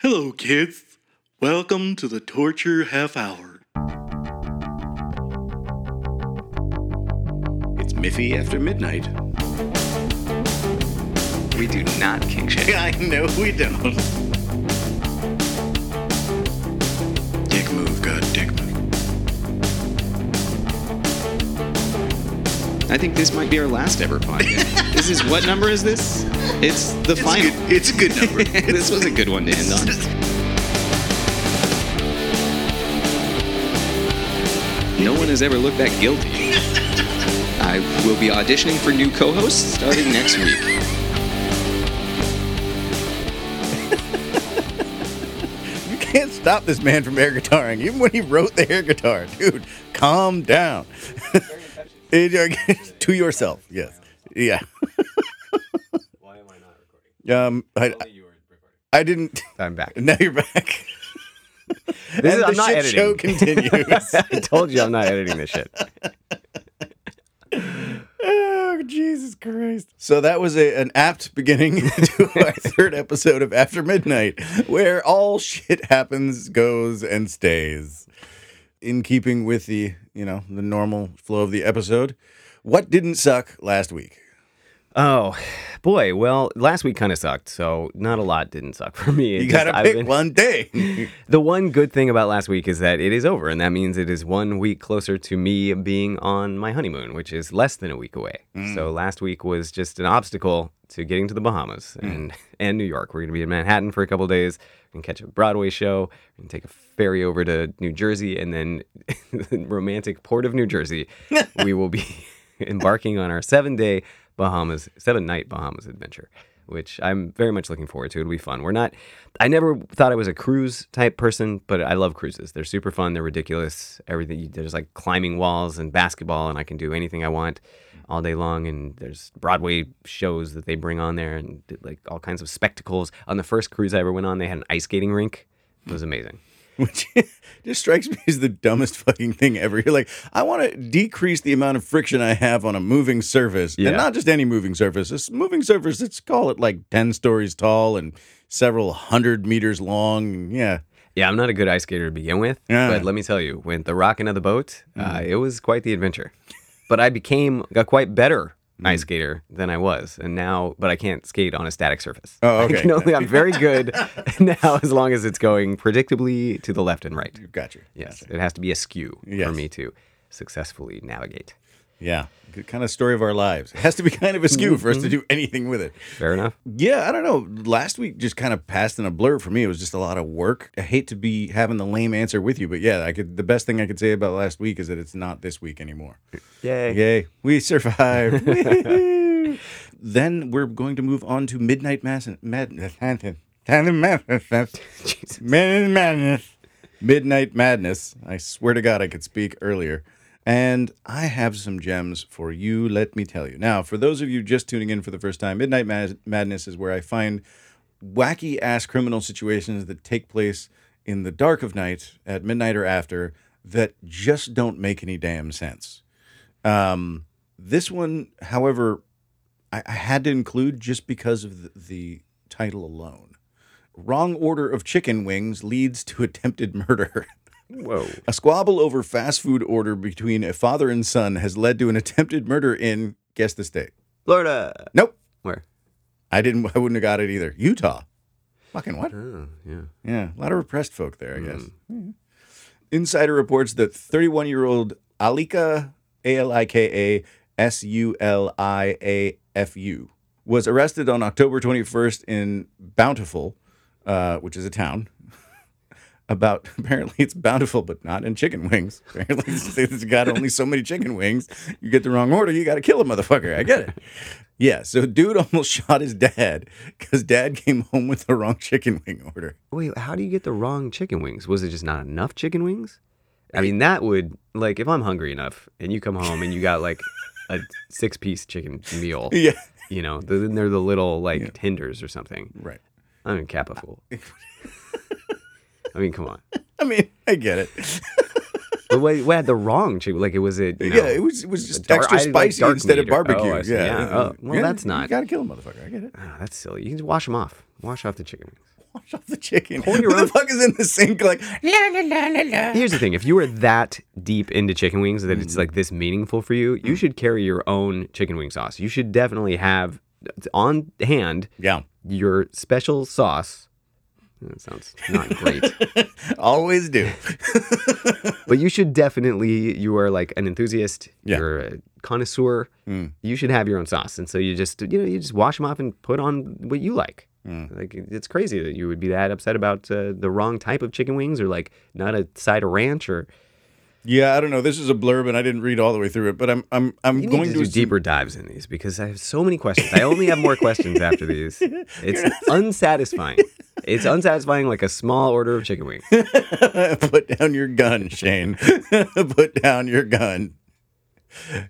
Hello, kids. Welcome to the Torture Half Hour. It's Miffy after midnight. We do not king shame. I know we don't. Dick move, God, dick move. I think this might be our last ever podcast. this is what number is this? It's the It's a final. good, it's a good number. this was a good one to end on. No one has ever looked that guilty. I will be auditioning for new co-hosts starting next week. You can't stop this man from air guitaring, even when he wrote the air guitar. Dude, calm down. It- uh, to yourself, yes. Yeah. Why am I not recording? Um, I, I didn't. I'm back. Now you're back. This is, and I'm the not shit editing. show continues. I told you I'm not editing this shit. oh, Jesus Christ. So that was a, an apt beginning to our third episode of After Midnight, where all shit happens, goes, and stays. In keeping with the, you know, the normal flow of the episode, what didn't suck last week? Oh, boy. Well, last week kind of sucked, so not a lot didn't suck for me. It You just- gotta I've pick been- one day. The one good thing about last week is that it is over, and that means it is one week closer to me being on my honeymoon, which is less than a week away. So last week was just an obstacle to getting to the Bahamas and, and New York. We're gonna be in Manhattan for a couple days and catch a Broadway show and take a ferry over to New Jersey and then the romantic port of New Jersey. we will be embarking on our seven day Bahamas, seven night Bahamas adventure which I'm very much looking forward to. It'll be fun. We're not, I never thought I was a cruise type person, but I love cruises. They're super fun. They're ridiculous. Everything, there's like climbing walls and basketball, and I can do anything I want all day long. And there's Broadway shows that they bring on there and did, like all kinds of spectacles. On the first cruise I ever went on, they had an ice skating rink. It was amazing. Which just strikes me as the dumbest fucking thing ever. You're like, I want to decrease the amount of friction I have on a moving surface, Yeah. and not just any moving surface. This moving surface, let's call it like ten stories tall and several hundred meters long. Yeah, Yeah, I'm not a good ice skater to begin with, Yeah. Mm-hmm. but let me tell you, with the rocking of the boat, uh, it was quite the adventure. But I became a quite better Mm-hmm. ice skater than I was, and now, but I can't skate on a static surface. Oh, I okay. can only, I'm very good now, as long as it's going predictably to the left and right. gotcha. Yes, it has to be askew Yes. for me to successfully navigate. Yeah, good kind of story of our lives. It has to be kind of askew for us to do anything with it. Fair enough. Yeah, I don't know. Last week just kind of passed in a blur for me. It was just a lot of work. I hate to be having the lame answer with you, but yeah, I could. The best thing I could say about last week is that it's not this week anymore. Yay. Yay, we survived. Woo-hoo. then we're going to move on to Midnight Mass. Mad- Jesus. Midnight Madness. Midnight Madness. I swear to God, I could speak earlier. And I have some gems for you, let me tell you. Now, for those of you just tuning in for the first time, Midnight Mad- Madness is where I find wacky ass criminal situations that take place in the dark of night, at midnight or after, that just don't make any damn sense. Um, this one, however, I, I had to include just because of the, the title alone. Wrong order of chicken wings leads to attempted murder. Whoa. A squabble over fast food order between a father and son has led to an attempted murder in guess the state. Florida. Nope, Where? I didn't. I wouldn't have got it either. Utah. Fucking what? Oh, yeah. Yeah, a lot of repressed folk there, I guess. Yeah. Insider reports that 31 year old Alika, A L I K A S U L I A F U, was arrested on October 21st in Bountiful, uh, which is a town. About apparently it's bountiful, but not in chicken wings. Apparently, it's it's got only so many chicken wings. You get the wrong order, you got to kill a motherfucker. I get it. Yeah, so dude almost shot his dad because dad came home with the wrong chicken wing order. Wait, how do you get the wrong chicken wings? Was it just not enough chicken wings? I mean, that would like if I'm hungry enough and you come home and you got like a six piece chicken meal, Yeah. you know, th- then they're the little like tenders or something. Right. I'm a Kappa fool. I mean, come on. I mean, I get it. But we, we had the wrong chicken. Like it was it. you Yeah, know, it was it was just dark- extra I like spicy dark instead of meat or- oh, I barbecue. see. yeah. Yeah. Oh, well, that's You not- ah, gotta kill a motherfucker. I get it. oh, that's silly. You can wash them off. Wash off the chicken wings. wash off the chicken. Hold your Who the own- fuck is in the sink? Like, la, la, la, la, la. Here's the thing: if you were that deep into chicken wings that it's like this meaningful for you, you should carry your own chicken wing sauce. You should definitely have on hand Yeah. your special sauce. That sounds not great, Always do. but you should definitely. You are like an enthusiast. Yeah. You're a connoisseur. You should have your own sauce, and so you just you know you just wash them off and put on what you like. Like it's crazy that you would be that upset about uh, the wrong type of chicken wings, or like not a side of ranch, or Yeah, I don't know. This is a blurb, and I didn't read all the way through it, but I'm I'm I'm You need going to do assume- deeper dives in these because I have so many questions. I only have more questions after these. It's unsatisfying. It's unsatisfying like a small order of chicken wings. Put down your gun, Shane. Put down your gun.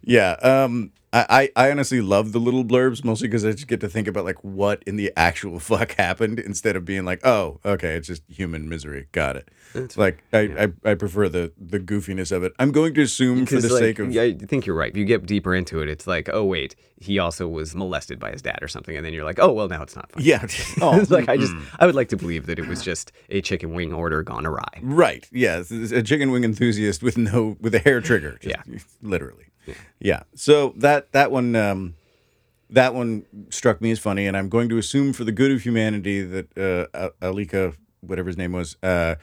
Yeah. Um. I, I I honestly love the little blurbs mostly because I just get to think about like what in the actual fuck happened instead of being like, oh, okay, it's just human misery. Got it. like I, I I prefer the the goofiness of it. I'm going to assume for Because, the like, sake of yeah, I think you're right. If you get deeper into it, it's like, oh wait, he also was molested by his dad or something, and then you're like, oh well, now it's not funny. yeah. Oh, it's like I just I would like to believe that it was just a chicken wing order gone awry. Right. Yes. This is A chicken wing enthusiast with no with a hair trigger. Just, Yeah. Literally. Yeah. So that that one um, that one struck me as funny, and I'm going to assume for the good of humanity that uh, A- Alika, whatever his name was, uh,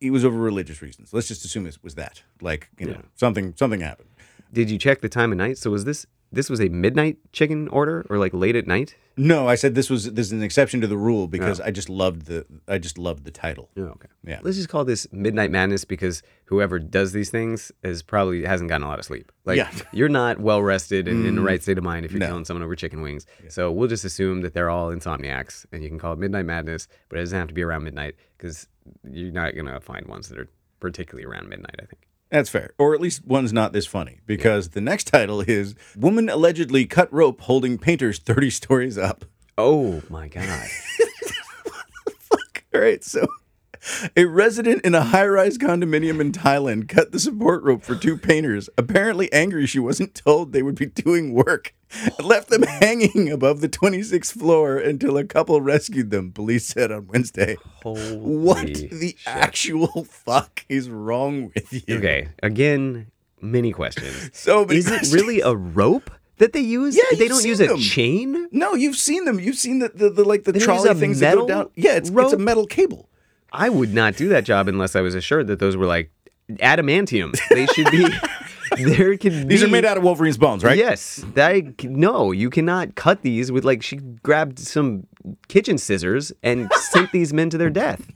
it was over religious reasons. Let's just assume it was that. Like you know something something happened. Did you check the time of night? So was this this was a midnight chicken order or like late at night? No, I said this was this is an exception to the rule because I just loved the I just loved the title. Oh, okay. Yeah. Let's just call this midnight madness because whoever does these things is probably hasn't gotten a lot of sleep. Like Yeah. Mm. you're not well rested and in the right state of mind if you're killing someone over chicken wings. So we'll just assume that they're all insomniacs, and you can call it midnight madness, but it doesn't have to be around midnight because you're not gonna find ones that are particularly around midnight. I think. That's fair. Or at least one's not this funny because the next title is Woman Allegedly Cut Rope Holding Painters 30 Stories Up. Oh my god. All right, so a resident in a high rise condominium in Thailand cut the support rope for two painters, apparently angry she wasn't told they would be doing work, and left them hanging above the 26th floor until a couple rescued them, police said on Wednesday. Holy What the actual fuck is wrong with you? Okay. Again, many questions. So many is questions. it really a rope that they use? Yeah, they you've don't seen use a them. chain. No, you've seen them. You've seen the, the, the like the They use trolley a things metal that go down. Yeah, it's, it's a rope? metal cable. I would not do that job unless I was assured that those were like adamantium. They should be. there can be. These are made out of Wolverine's bones, right? Yes. That, no, you cannot cut these with like she grabbed some kitchen scissors and sent these men to their death.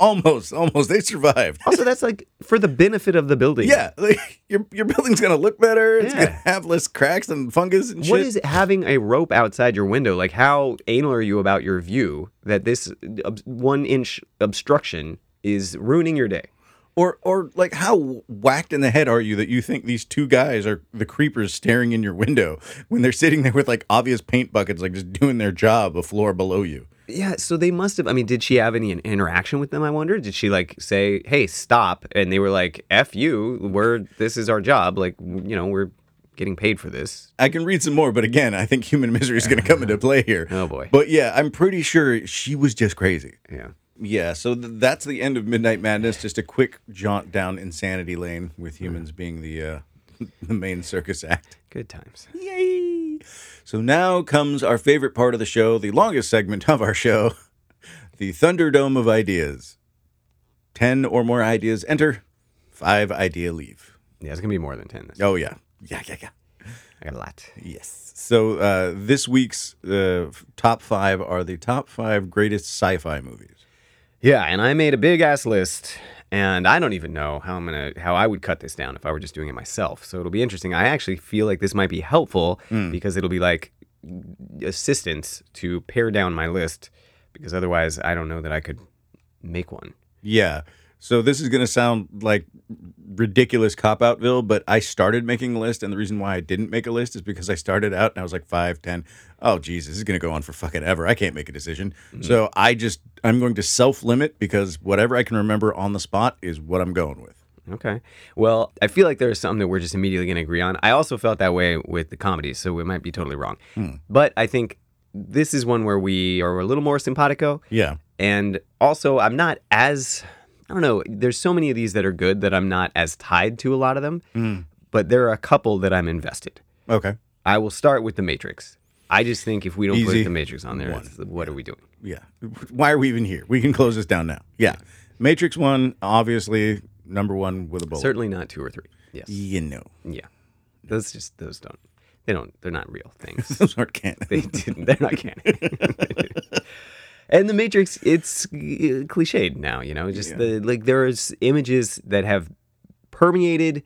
almost, almost. They survived. Also, that's like for the benefit of the building. Yeah, like your your building's gonna look better. It's Yeah. gonna have less cracks and fungus and What shit. is having a rope outside your window? Like, how anal are you about your view that this ob- one inch obstruction is ruining your day? or or like how whacked in the head are you that you think these two guys are the creepers staring in your window when they're sitting there with like obvious paint buckets, like just doing their job a floor below you? Yeah, so they must have. I mean, did she have any interaction with them? I wonder. Did she like say, "Hey, stop," and they were like, "F you, we're this is our job. Like, you know, we're getting paid for this." I can read some more, but again, I think human misery is going to come into play here. Oh, boy. But yeah, I'm pretty sure she was just crazy. Yeah. Yeah, so th- that's the end of Midnight Madness. Just a quick jaunt down insanity lane with humans being the uh, the main circus act. Good times. Yay! So now comes our favorite part of the show, the longest segment of our show, the Thunderdome of ideas. Ten or more ideas enter, five idea leave. Yeah, it's gonna be more than ten. This. Oh yeah, yeah, yeah, yeah. I got a lot. Yes. So uh, this week's uh, f- top five are the top five greatest sci-fi movies. Yeah, and I made a big ass list, and I don't even know how I'm gonna how I would cut this down if I were just doing it myself. So it'll be interesting. I actually feel like this might be helpful because it'll be like assistance to pare down my list, because otherwise I don't know that I could make one. Yeah. So this is going to sound like ridiculous cop outville, but I started making a list, and the reason why I didn't make a list is because I started out and I was like five, ten. Oh, geez, this is going to go on for fucking ever. I can't make a decision. So I just I'm going to self limit because whatever I can remember on the spot is what I'm going with. Okay. Well, I feel like there are some that we're just immediately going to agree on. I also felt that way with the comedies, so we might be totally wrong. But I think this is one where we are a little more simpatico. Yeah. And also, I'm not as, I don't know, there's so many of these that are good that I'm not as tied to a lot of them, but there are a couple that I'm invested. Okay. I will start with The Matrix. I just think if we don't Easy. put The Matrix on there, it's- what are we doing? Yeah. Why are we even here? We can close this down now. Yeah. Matrix One, obviously number one with a bullet. Certainly not two or three. Yes. You know, Yeah. Those just, those don't, they don't, they're not real things. those aren't canon. They didn't. They're not canon. and the Matrix, it's uh, cliched now. You know, just the like there is images that have permeated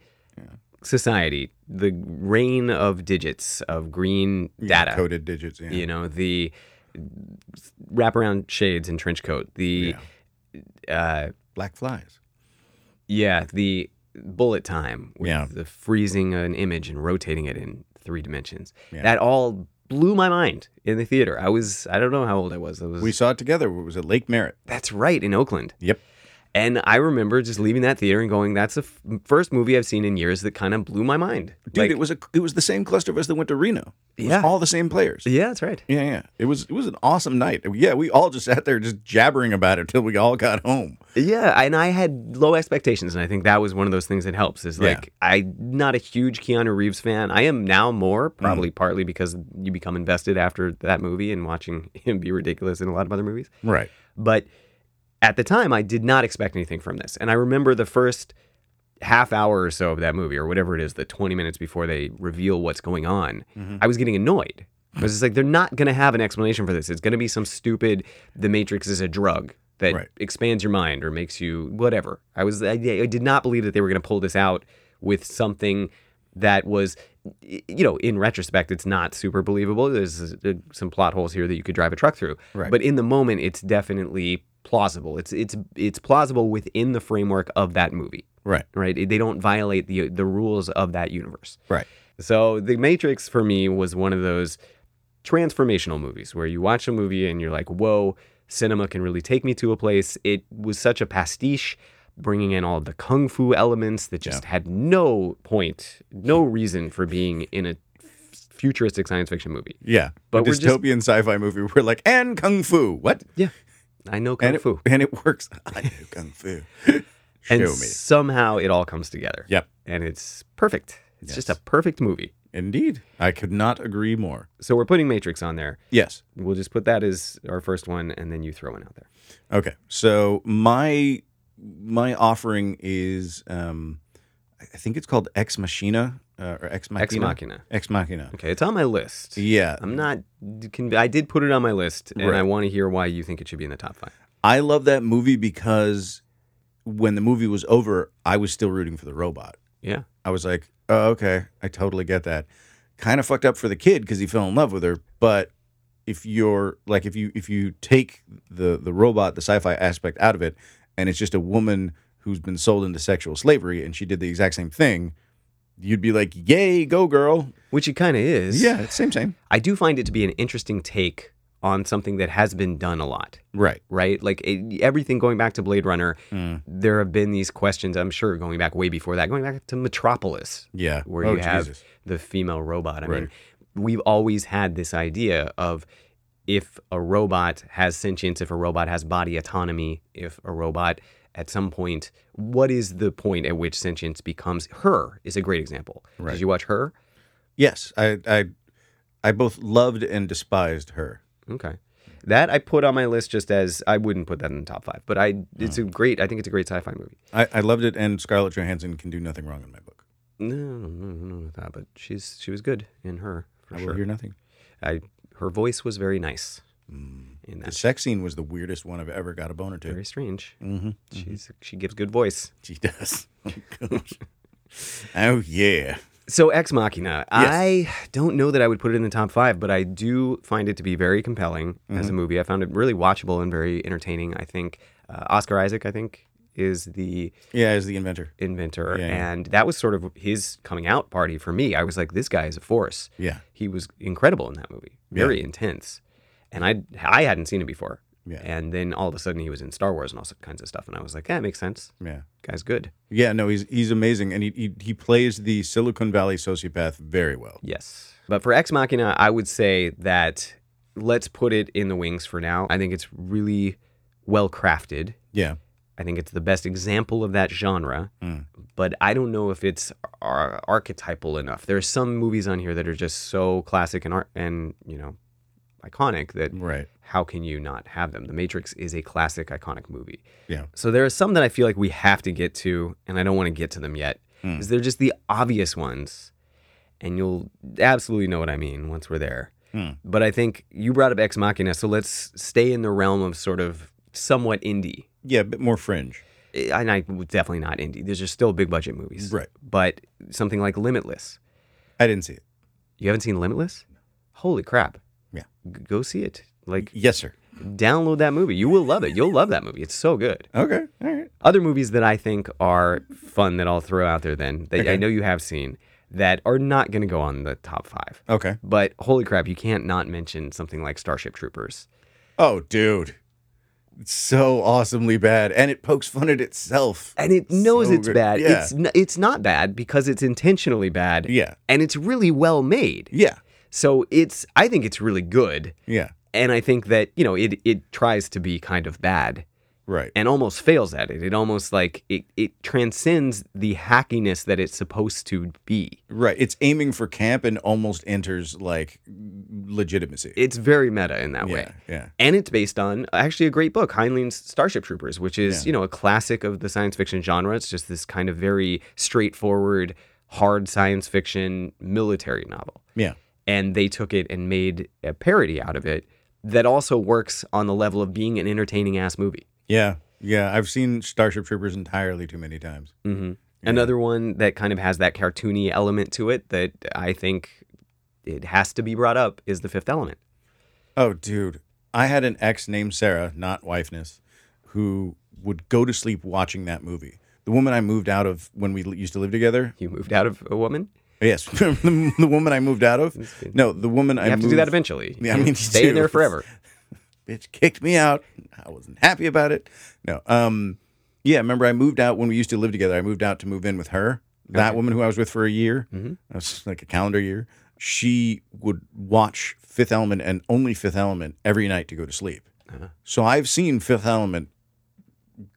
society. The reign of digits of green data. Coded digits. Yeah. You know the wraparound shades and trench coat. The uh, Black flies. yeah the bullet time. With Yeah. The freezing an image and rotating it in three dimensions. Yeah. That all blew my mind in the theater. I was I don't know how old I was. I was We saw it together. It was at Lake Merritt. that's right in Oakland. Yep. And I remember just leaving that theater and going, "That's the f- first movie I've seen in years that kind of blew my mind." Dude, it was a it was the same cluster of us that went to Reno. It was Yeah. all the same players. yeah, that's right. Yeah, yeah. It was it was an awesome night. Yeah, we all just sat there just jabbering about it till we all got home. Yeah, and I had low expectations, and I think that was one of those things that helps. Is Yeah. like I'm not a huge Keanu Reeves fan. I am now more, probably partly because you become invested after that movie and watching him be ridiculous in a lot of other movies. Right. But at the time, I did not expect anything from this. And I remember the first half hour or so of that movie, or whatever it is, the 20 minutes before they reveal what's going on, I was getting annoyed. I was just like, they're not going to have an explanation for this. It's going to be some stupid, the Matrix is a drug that Right. expands your mind or makes you whatever. I was, I, I did not believe that they were going to pull this out with something that was, y- you know, in retrospect, it's not super believable. There's uh, some plot holes here that you could drive a truck through. Right. But in the moment, it's definitely plausible. It's it's it's plausible within the framework of that movie, Right. right? They don't violate the the rules of that universe. Right. So The Matrix for me was one of those transformational movies where you watch a movie and you're like, "Whoa, cinema can really take me to a place." It was such a pastiche bringing in all the kung fu elements that just had no point, no reason for being in a futuristic science fiction movie. Yeah. But But we're just- dystopian sci-fi movie. We're like, and kung fu. What? Yeah. I know kung And it, fu. and it works. I know kung fu. Show and me. somehow it all comes together. Yep. And it's perfect. It's just a Yes. perfect movie. Indeed. I could not agree more. So we're putting Matrix on there. Yes. We'll just put that as our first one and then you throw one out there. Okay. So my my offering is um I I think it's called Ex Machina uh, or Ex Machina. Ex Machina. Ex Machina. Okay, it's on my list. Yeah. I'm not can, I did put it on my list and I Right. want to hear why you think it should be in the top 5. I love that movie because when the movie was over, I was still rooting for the robot. Yeah. I was like, oh, okay, I totally get that. Kind of fucked up for the kid because he fell in love with her, but if you're like if you if you take the the robot the sci-fi aspect out of it and it's just a woman who's been sold into sexual slavery and she did the exact same thing you'd be like yay go girl Which it kind of is. yeah same same I do find it to be an interesting take on something that has been done a lot. right right? Like it, everything going back to Blade Runner, Mm. there have been these questions, I'm sure, going back way before that, going back to Metropolis, yeah where Oh, you have Jesus. the female robot. I Right. mean, we've always had this idea of if a robot has sentience, if a robot has body autonomy, if a robot at some point, what is the point at which sentience becomes her is a great example. Right. Did you watch her? yes I I I both loved and despised her Okay. That I put on my list just as I wouldn't put that in the top five, but I it's a great I think it's a great sci-fi movie. I, I loved it, and Scarlett Johansson can do nothing wrong in my book. No, no, no, no, no, that. But she's she was good in her for I will sure. hear nothing. I her voice was very nice in The that. sex scene was the weirdest one I've ever got a boner to. Very strange. Mm-hmm. She's she gives good voice. She does. Oh, gosh. oh yeah. So Ex Machina, Yes. I don't know that I would put it in the top five, but I do find it to be very compelling Mm-hmm. as a movie. I found it really watchable and very entertaining. I think uh, Oscar Isaac, I think, is the Yeah, as the inventor. inventor, Yeah, yeah. and that was sort of his coming out party for me. I was like, this guy is a force. Yeah. he was incredible in that movie, very intense, and I I hadn't seen it before. Yeah. And then all of a sudden he was in Star Wars and all kinds of stuff, and I was like, that makes sense. Yeah. Guy's good. Yeah, no, he's he's amazing, and he, he he plays the Silicon Valley sociopath very well. Yes. But for Ex Machina, I would say that let's put it in the wings for now. I think it's really well crafted. Yeah. I think it's the best example of that genre, but I don't know if it's ar- archetypal enough. There are some movies on here that are just so classic and art and you know iconic that Right. how can you not have them? The Matrix is a classic, iconic movie. Yeah. So there are some that I feel like we have to get to, and I don't want to get to them yet, Hmm. because they're just the obvious ones, and you'll absolutely know what I mean once we're there. Hmm. But I think you brought up Ex Machina, so let's stay in the realm of sort of somewhat indie Eh, Yeah, a bit more fringe. and I definitely not indie. These are still big budget movies, Right. But something like Limitless. I didn't see it. You haven't seen Limitless? Holy crap! Yeah. G- go see it. Like, Yes, sir. download that movie. You will love it. You'll love that movie. It's so good. Okay. All right. Other movies that I think are fun that I'll throw out there then that I know you have seen that are not going to go on the top five. Okay. But holy crap, you can't not mention something like Starship Troopers. Oh, dude. It's so awesomely bad. And it pokes fun at itself. and it knows So it's good. bad. Yeah. It's n- it's not bad because it's intentionally bad. Yeah. and it's really well made. Yeah. So it's I think it's really good, Yeah. and I think that you know it it tries to be kind of bad Right. and almost fails at it. It almost like it it transcends the hackiness that it's supposed to be. Right. It's aiming for camp and almost enters like legitimacy. It's very meta in that yeah. way. Yeah. And it's based on actually a great book, Heinlein's Starship Troopers, which is, you know, a classic of the science fiction genre. It's just this kind of very straightforward, hard science fiction military novel. Yeah. And they took it and made a parody out of it that also works on the level of being an entertaining ass movie. Yeah. Yeah. I've seen Starship Troopers entirely too many times. hmm Another one that kind of has that cartoony element to it that I think it has to be brought up is The Fifth Element. Oh, dude. I had an ex named Sarah, not wifeness, who would go to sleep watching that movie. The woman I moved out of when we l- used to live together. You moved out of a woman? Yes, the, the woman I moved out of. No, the woman I You have moved, to do that eventually. You Yeah, I mean, can't you stay in do. there forever. bitch kicked me out. I wasn't happy about it. No. Um yeah, remember I moved out when we used to live together. I moved out to move in with her. That woman who I was with for a year. Mm-hmm. That was like a calendar year. She would watch Fifth Element and only Fifth Element every night to go to sleep. Uh-huh. So I've seen Fifth Element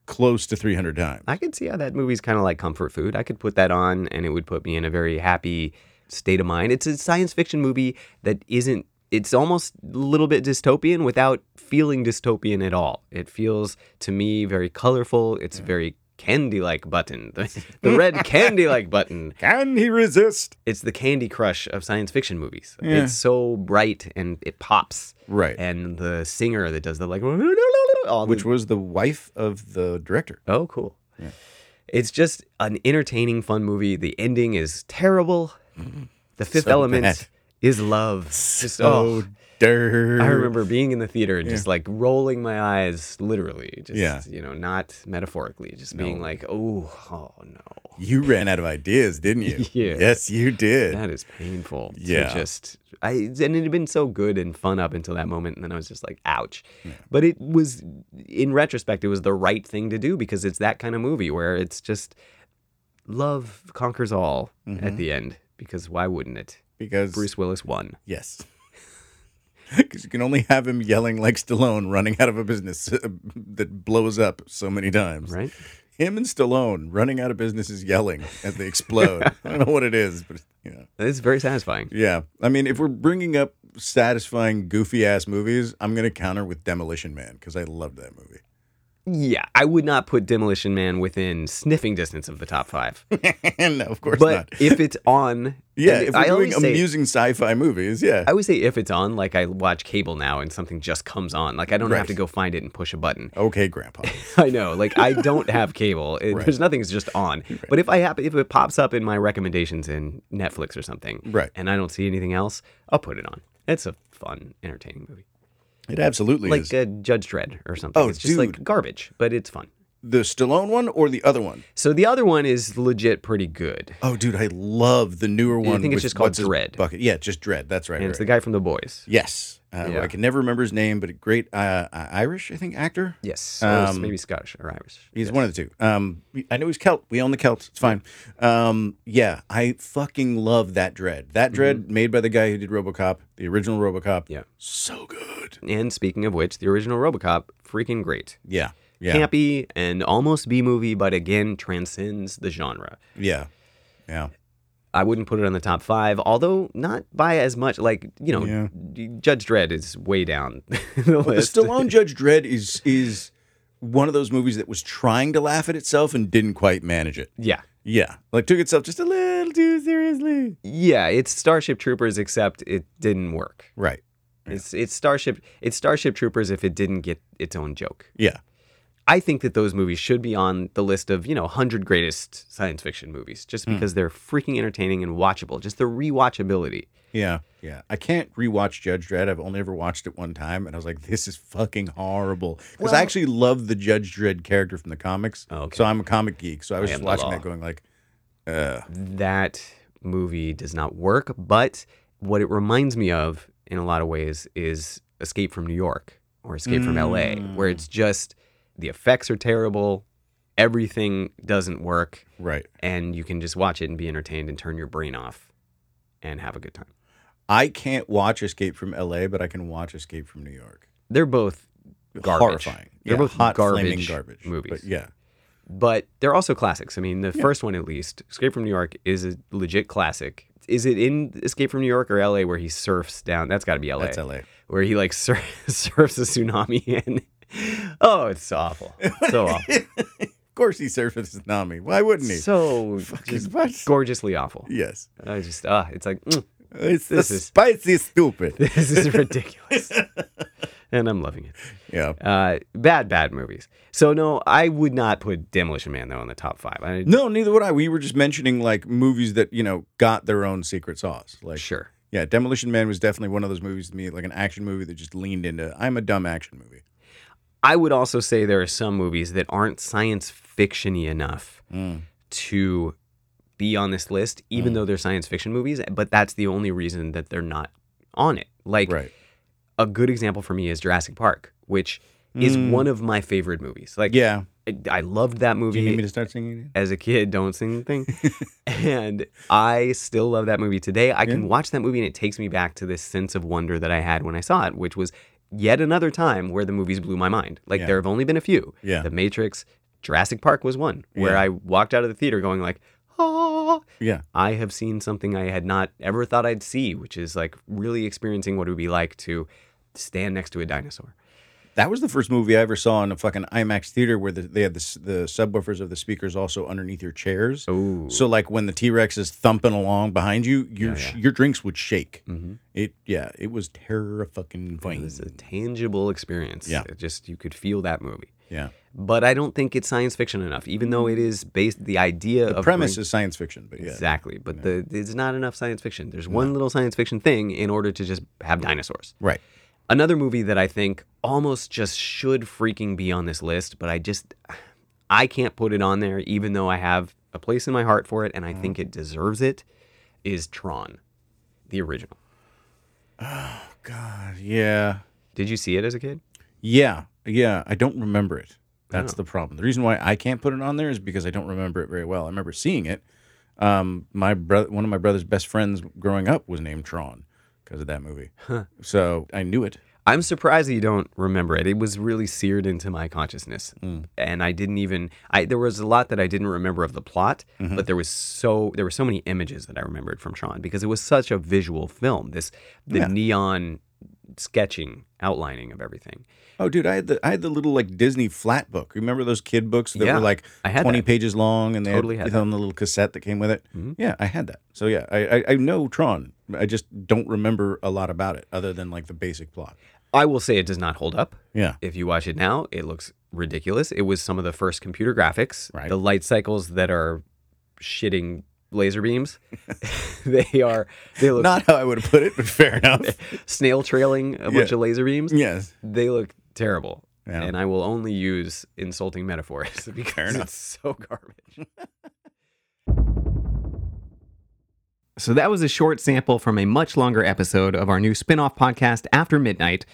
close to 300 times. I could see how that movie's kind of like comfort food. I could put that on and it would put me in a very happy state of mind. It's a science fiction movie that isn't, it's almost a little bit dystopian without feeling dystopian at all. It feels to me very colorful. It's very candy like button, the, the red candy like button. Can he resist? It's the candy crush of science fiction movies. Yeah. It's so bright and it pops. Right. And the singer that does the like, all the Which was the wife of the director. Oh, cool. It's just an entertaining, fun movie. The ending is terrible. The fifth So element bad. is love. Just, So oh, dirt. I remember being in the theater and just like rolling my eyes, literally. Just, Yeah. you know, not metaphorically, just being like, oh, oh no. You ran out of ideas, didn't you? Yeah. Yes, you did. That is painful. to Yeah. just I and it had been so good and fun up until that moment, and then I was just like, ouch. But it was in retrospect, it was the right thing to do because it's that kind of movie where it's just love conquers all Mm-hmm. at the end. Because why wouldn't it? because Bruce Willis won. Yes. Because you can only have him yelling like Stallone running out of a business uh, that blows up so many times. Right? Him and Stallone running out of businesses yelling as they explode. I don't know what it is, but you know. It's very satisfying. Yeah. I mean, if we're bringing up satisfying, goofy ass movies, I'm going to counter with Demolition Man because I loved that movie. Yeah, I would not put Demolition Man within sniffing distance of the top five. no, of course But not. if it's on, Yeah. and If we're doing always say- amusing sci fi movies, yeah. I would say if it's on, like I watch cable now and something just comes on. Like I don't have Right. to go find it and push a button. okay, Grandpa. I know, like I don't have cable. It, Right. There's nothing's just on. But if I happen, if it pops up in my recommendations in Netflix or something, Right. and I don't see anything else, I'll put it on. It's a fun, entertaining movie, It absolutely is. like uh, Judge Dredd or something. Oh, it's just like garbage, but it's fun. the Stallone one or the other one? So the other one is legit pretty good. Oh, dude, I love the newer one. think it's with just called what's his Dredd. Bucket. Yeah, just Dread. That's right. And it's right. the guy from The Boys. Yes. Uh, Yeah. I can never remember his name, but a great uh, uh, Irish, I think, actor. Yes. Or it's Um, maybe Scottish or Irish. He's one of the two. Um, I know he's Celt. We own the Celts. It's fine. Um, yeah, I fucking love that Dread. That Dread made by the guy who did RoboCop, the original RoboCop. Mm-hmm. Yeah. So good. And speaking of which, the original Robocop, freaking great. Yeah. Yeah. Campy and almost B movie, but again, transcends the genre. Yeah. Yeah. I wouldn't put it on the top five, although not by as much. Like, you know, Yeah. Judge Dredd is way down the But the list. Stallone Judge Dredd is is one of those movies that was trying to laugh at itself and didn't quite manage it. yeah. Yeah. Like took itself just a little too seriously. Yeah, it's Starship Troopers, except it didn't work. Right. It's it's Starship it's Starship Troopers if it didn't get its own joke. Yeah. I think that those movies should be on the list of, you know, 100 greatest science fiction movies just Hmm. because they're freaking entertaining and watchable. Just the rewatchability. Yeah. Yeah. I can't rewatch Judge Dredd. I've only ever watched it one time and I was like, this is fucking horrible. Because I actually love the Judge Dredd character from the comics. Oh, okay. So I'm a comic geek. So I was I just am the watching law. that going like, That movie does not work, but what it reminds me of in a lot of ways is Escape from New York or Escape from LA, where it's Mm. just the effects are terrible, everything doesn't work. right. and you can just watch it and be entertained and turn your brain off and have a good time. I can't watch Escape from LA, but I can watch Escape from New York. They're both garbage. Horrifying. They're yeah, both hot flaming garbage, garbage movies. But yeah. But they're also classics. I mean, the first one at least, Escape from New York is a legit classic. Is it in Escape from New York or LA where he surfs down? That's got to be LA. That's LA. Where he like sur- surfs a tsunami and Oh, it's awful. So awful. Of course he surfaces Nami. Why wouldn't he? so just what? gorgeously awful. yes. I just ah, it's like mm, It's This the is- spicy stupid. this is ridiculous. and I'm loving it. Yeah. Uh, bad, bad movies. So no, I would not put Demolition Man though in the top five. I, No, neither would I. We were just mentioning like movies that, you know, got their own secret sauce. Like sure. Yeah, Demolition Man was definitely one of those movies to me, like an action movie that just leaned into I'm a dumb action movie. I would also say there are some movies that aren't science fictiony enough Mm, to be on this list, even though they're science fiction movies. But that's the only reason that they're not on it. Like Right. a good example for me is Jurassic Park, which is one of my favorite movies. Like Mm. Yeah. I, I loved that Do movie. you need me to start singing it? as a kid, don't sing the thing. and I still love that movie today. I can watch that movie and it takes me back to this sense of wonder that I had when I saw it, which was yet another time where the movies blew my mind. Like Yeah. there have only been a few. Yeah. The Matrix, Jurassic Park was one where Yeah. I walked out of the theater going like, oh, Yeah. I have seen something I had not ever thought I'd see, which is like really experiencing what it would be like to stand next to a dinosaur. That was the first movie I ever saw in a fucking IMAX theater where the, they had the, s- the subwoofers of the speakers also underneath your chairs. Oh, So like when the T Rex is thumping along behind you, your sh your drinks would shake. It yeah, it was terror fucking it fine. was a tangible experience. Yeah. It just you could feel that movie. Yeah, but I don't think it's science fiction enough, even though it is based the idea Mm. the of premise bring- is science fiction, but yeah, exactly, but the there's not enough science fiction. There's one little science fiction thing in order to just have dinosaurs. right. Another movie that I think almost just should freaking be on this list, but I just I can't put it on there, even though I have a place in my heart for it and I think it deserves it, is Tron, the original. God, yeah, Did you see it as a kid? yeah, yeah. I don't remember it. Oh. That's the problem. The reason why I can't put it on there is because I don't remember it very well. I remember seeing it. Um, my brother, one of my brother's best friends growing up was named Tron because of that movie. So I knew it. I'm surprised that you don't remember it. It was really seared into my consciousness, Mm. and I didn't even. I there was a lot that I didn't remember of the plot, Mm-hmm. but there was so there were so many images that I remembered from Tron because it was such a visual film. This the neon sketching, outlining of everything. Oh, dude, I had the I had the little like Disney flat book. Remember those kid books that Yeah, were like I had twenty that. pages long, and they Totally had, had Mm-hmm. it on the little cassette that came with it. Yeah, I had that. So yeah, I, I I know Tron. I just don't remember a lot about it, other than like the basic plot. I will say it does not hold up. Yeah, If you watch it now, it looks ridiculous. It was some of the first computer graphics, Right. the light cycles that are shitting laser beams. they are they look not how I would have put it, but fair enough. snail trailing a bunch Yeah. of laser beams. yes. They look terrible. Yeah. and I will only use insulting metaphors because enough. it's so garbage. so that was a short sample from a much longer episode of our new spin-off podcast After Midnight.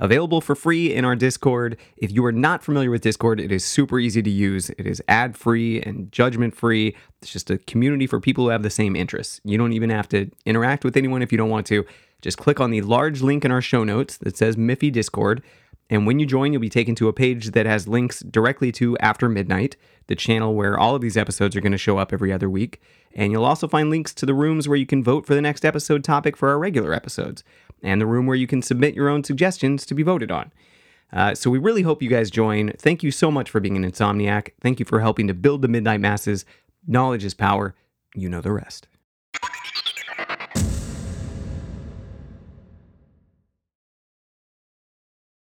Available for free in our Discord. If you are not familiar with Discord, it is super easy to use. It is ad free and judgment free. It's just a community for people who have the same interests. You don't even have to interact with anyone if you don't want to. Just click on the large link in our show notes that says Miffy Discord. And when you join, you'll be taken to a page that has links directly to After Midnight, the channel where all of these episodes are going to show up every other week. And you'll also find links to the rooms where you can vote for the next episode topic for our regular episodes, and the room where you can submit your own suggestions to be voted on. Uh, so we really hope you guys join. Thank you so much for being an insomniac. Thank you for helping to build the Midnight Masses. Knowledge is power. You know the rest.